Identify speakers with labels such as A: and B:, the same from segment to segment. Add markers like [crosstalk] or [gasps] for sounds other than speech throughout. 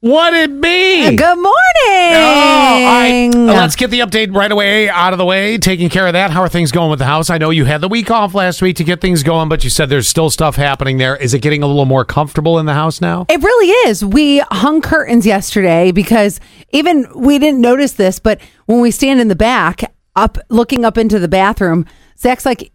A: What it be?
B: Good morning.
A: Oh, all right. Uh, Let's get the update right away out of the way. Taking care of that. How are things going with the house? I know you had the week off last week to get things going, but you said there's still stuff happening there. Is it getting a little more comfortable in the house
B: [laughs]
A: now?
B: It really is. We hung curtains yesterday because even we didn't notice this, but when we stand in the back, up looking up into the bathroom, Zach's like,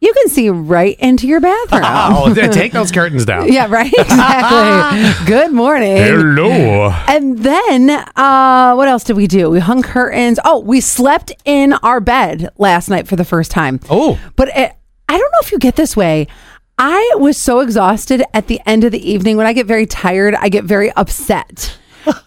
B: "You can see right into your
A: [laughs]
B: bathroom."
A: Oh, take those curtains down.
B: Yeah, right.
A: [laughs]
B: Exactly. Good morning.
A: Hello.
B: And then uh, what else did we do? We hung curtains. Oh, we slept in our bed last night for the first time.
A: Oh.
B: But it, I don't know if you get this way. I was so exhausted at the end of the evening. When I get very tired, I get very
A: [laughs]
B: upset.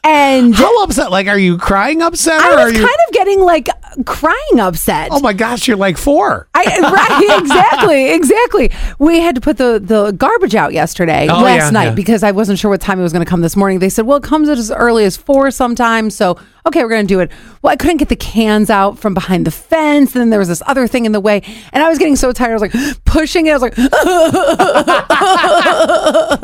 B: And
A: How upset? Like, are you crying upset?
B: I
A: or are
B: was
A: you?
B: kind of getting like crying upset.
A: oh my gosh, you're like
B: [laughs]
A: four. [laughs]
B: I, right, exactly, exactly. We had to put the, the garbage out yesterday,
A: Oh,
B: last
A: yeah,
B: night,
A: yeah.
B: because I wasn't sure what time it was going to come this morning. They said, well, it comes as early as four sometimes. So, okay, we're going to do it. Well, I couldn't get the cans out from behind the fence. And then there was this other thing in the way. And I was getting so tired. I was like [gasps] pushing it. I was like,
A: [laughs] I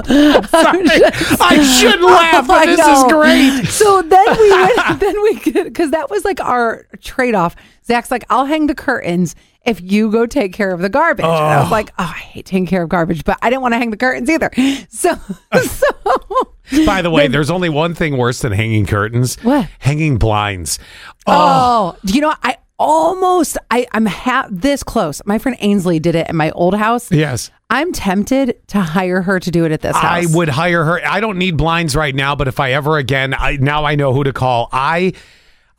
B: [laughs] Oh
A: should laugh, but
B: I
A: this
B: know.
A: is great.
B: [laughs] So then
A: [laughs]
B: we went, then we, because that was like our trade off. Zach's like, I'll hang the curtains if you go take care of the garbage. And I was like, oh, I hate taking care of garbage, but I didn't want to hang the curtains either. [laughs]
A: [laughs]
B: So,
A: Oh.
B: so
A: By the way, there's only one thing worse than hanging curtains.
B: What?
A: Hanging blinds. Oh,
B: Oh, do you know, what? I almost, I, I'm ha- this close. My friend Ainsley did it at my old house.
A: yes.
B: I'm tempted to hire her to do it at this
A: I
B: house.
A: would hire her. I don't need blinds right now, but if I ever again, I now I know who to call. I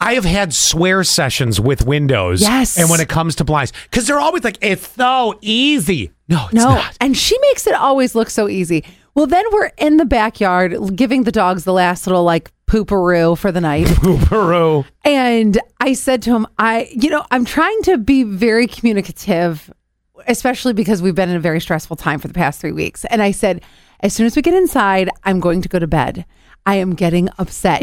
A: I have had swear sessions with windows.
B: Yes.
A: And when it comes to blinds, because they're always like, it's so easy. No, it's
B: No,
A: not.
B: and she makes it always look so easy. Well, then we're in the backyard l- giving the dogs the last little like pooperoo for
A: [laughs]
B: the night.
A: Peru.
B: and I said to him, I, you know, I'm trying to be very communicative, especially because we've been in a very stressful time for the past three weeks. And I said, as soon as we get inside, I'm going to go to bed. I am getting upset.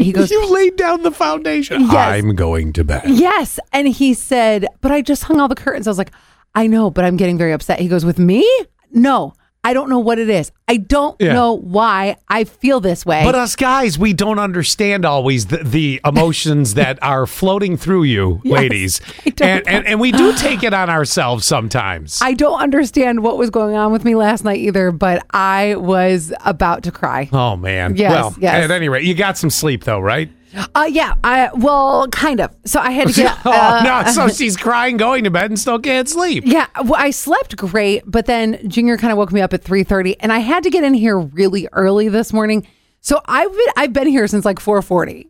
A: [laughs]
B: He goes,
A: You laid down the foundation.
B: Yes.
A: I'm going to bed.
B: Yes. And he said, But I just hung all the curtains. I was like, I know, but I'm getting very upset. He goes, With me? No, I don't know what it is. I don't
A: Yeah.
B: know why I feel this way.
A: But uh, us guys, we don't understand always the, the
B: [laughs]
A: emotions that are floating through you, ladies.
B: I don't
A: And, and, and we do take it on ourselves sometimes.
B: I don't understand what was going on with me last night either, but I was about to cry.
A: oh, man.
B: Yes,
A: well,
B: yes.
A: at any rate, you got some sleep, though, right?
B: Uh, yeah, I well, kind of. So I
A: [laughs]
B: had to get.
A: oh,
B: uh,
A: no.
B: [laughs]
A: So she's crying, going to bed, and still can't sleep. [laughs]
B: Yeah, well, I slept great, but then Junior kind of woke me up at three thirty, and I had to get in here really early this morning. So I've been I've been here since like four forty.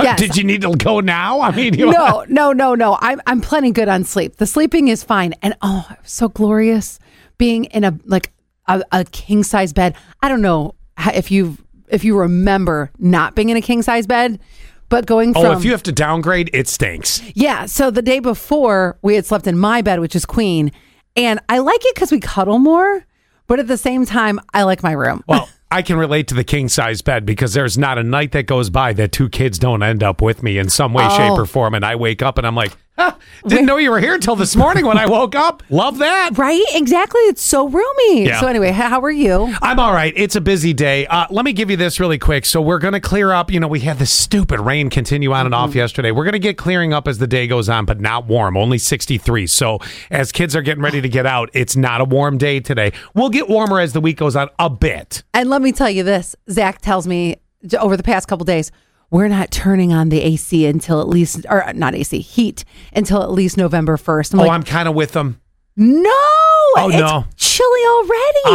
B: yes.
A: Did you need to go now? I mean, [laughs] you
B: no, no, no, no. I'm I'm plenty good on sleep. The sleeping is fine. And oh, it was so glorious being in a like a, a king size bed. I don't know how- if you if you remember not being in a king size bed, but going
A: Oh,
B: from
A: if you have to downgrade, it stinks.
B: yeah. So the day before we had slept in my bed, which is queen, and I like it because we cuddle more. But at the same time, I like my room. [laughs]
A: Well, I can relate to the king size bed because there's not a night that goes by that two kids don't end up with me in some way,
B: Oh.
A: shape, or form. And I wake up and I'm like, huh, didn't know you were here until this morning when I woke up. Love that.
B: Right? Exactly. It's so roomy.
A: Yeah.
B: So anyway, h- how are you?
A: I'm all right. It's a busy day. Uh, let me give you this really quick. So we're going to clear up. You know, we had this stupid rain continue on and off yesterday. We're going to get clearing up as the day goes on, but not warm. Only 63. So as kids are getting ready to get out, it's not a warm day today. We'll get warmer as the week goes on a bit.
B: And let me tell you this Zach tells me j- over the past couple days, we're not turning on the AC until at least, or not AC, heat until at least November 1st. I'm
A: Oh,
B: like,
A: I'm kind of with them.
B: no,
A: Oh,
B: it's
A: no.
B: chilly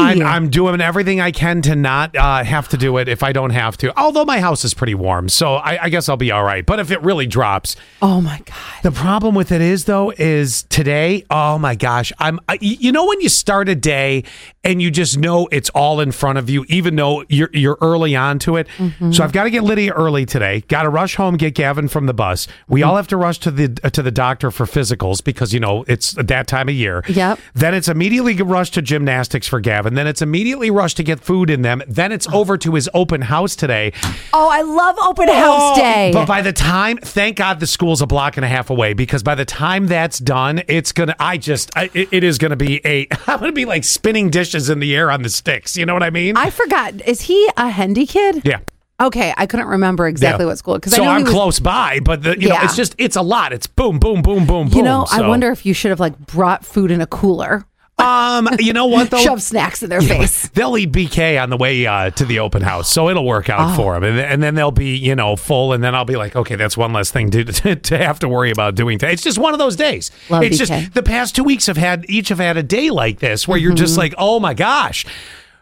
B: already.
A: I'm, I'm doing everything I can to not uh, have to do it if I don't have to. Although my house is pretty warm, so I, I guess I'll be all right. But if it really drops,
B: oh my God.
A: The problem with it is though is today, oh my gosh, I'm I, you know when you start a day and you just know it's all in front of you even though you're you're early on to it. So I've got to get Lydia early today. Got to rush home get Gavin from the bus. We all have to rush to the uh, to the doctor for physicals because you know it's that time of year.
B: Yep.
A: Then it's immediately rushed to gymnastics for Gavin. Then it's immediately rushed to get food in them. Then it's over to his open house today.
B: Oh, I love open house
A: Oh,
B: day.
A: But by the time, thank God, the school's a block and a half away because by the time that's done, it's gonna. I just, I, it, it is gonna be a. [laughs] I'm gonna be like spinning dishes in the air on the sticks. You know what I mean?
B: I forgot. Is he a Hendy kid?
A: yeah.
B: Okay, I couldn't remember exactly
A: Yeah.
B: what school because
A: So
B: I know
A: I'm
B: he was-
A: close by, but the, you know,
B: Yeah.
A: it's just it's a lot. It's boom, boom, boom, boom, boom.
B: You know, I
A: So,
B: wonder if you should have like brought food in a cooler,
A: Um, you know what though?
B: [laughs] shove snacks
A: [laughs]
B: in their face.
A: They'll eat BK on the way uh, to the open house, so it'll work
B: Oh.
A: out for 'em. for them. And, th- and then they'll be, you know, full. And then I'll be like, okay, that's one less thing to [laughs] to have to worry about doing. today. It's just one of those days.
B: Love
A: it's
B: BK.
A: just the past two weeks have had each have had a day like this where you're just like, oh my gosh,
B: Mm-hmm.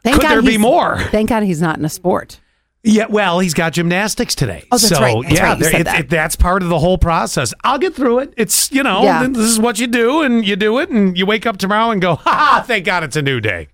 B: Thank
A: could
B: God
A: there be
B: he's- [laughs]
A: more?
B: Thank God he's not in a sport.
A: Yeah, well, he's got gymnastics today.
B: Oh, that's
A: so,
B: right. That's
A: yeah,
B: right. You
A: there-
B: said
A: it-
B: that.
A: it- that's part of the whole process. I'll get through it. It's, you know,
B: Yeah.
A: this is what you do, and you do it, and you wake up tomorrow and go, ha, ha, thank God it's a new day.